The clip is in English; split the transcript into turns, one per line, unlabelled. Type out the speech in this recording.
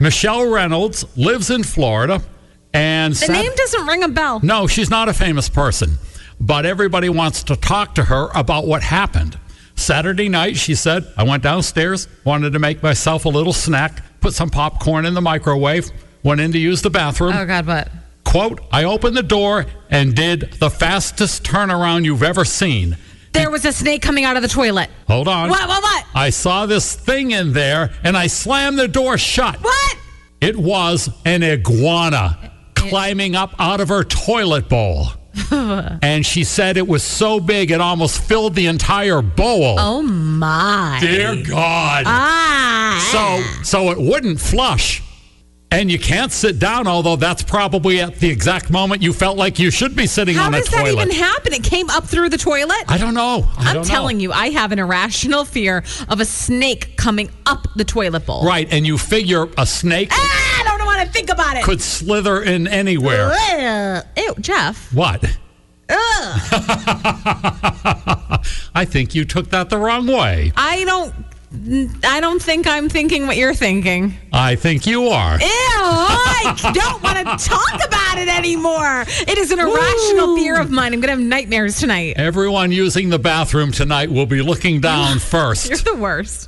Michelle Reynolds lives in Florida, and
The
Sat-
name doesn't ring a bell.
no, she's not a famous person, but everybody wants to talk to her about what happened. Saturday night, she said, I went downstairs, wanted to make myself a little snack, put some popcorn in the microwave, went in to use the bathroom.
Oh God, what?
Quote, I opened the door and did the fastest turnaround you've ever seen.
There was a snake coming out of the toilet.
Hold on.
What? What? What?
I saw this thing in there and I slammed the door shut.
What?
It was an iguana climbing up out of her toilet bowl. and she said it was so big it almost filled the entire bowl.
Oh my!
Dear God.
Ah!
So so it wouldn't flush. And you can't sit down, although that's probably at the exact moment you felt like you should be sitting
How
on a
does that
toilet.
even happen? It came up through the toilet.
I don't know. I
I'm
don't know.
telling you, I have an irrational fear of a snake coming up the toilet bowl.
Right, and you figure a snake
Ah, I don't want to think about it.
could slither in anywhere.
Ah. Ugh. Ew, Jeff.
What?
Ugh.
I think you took that the wrong way.
I don't. I don't think I'm thinking what you're thinking.
I think you are.
Ew, I don't want to talk about it anymore. It is an irrational fear of mine. I'm going to have nightmares tonight.
Everyone using the bathroom tonight will be looking down
You're
first.
the worst.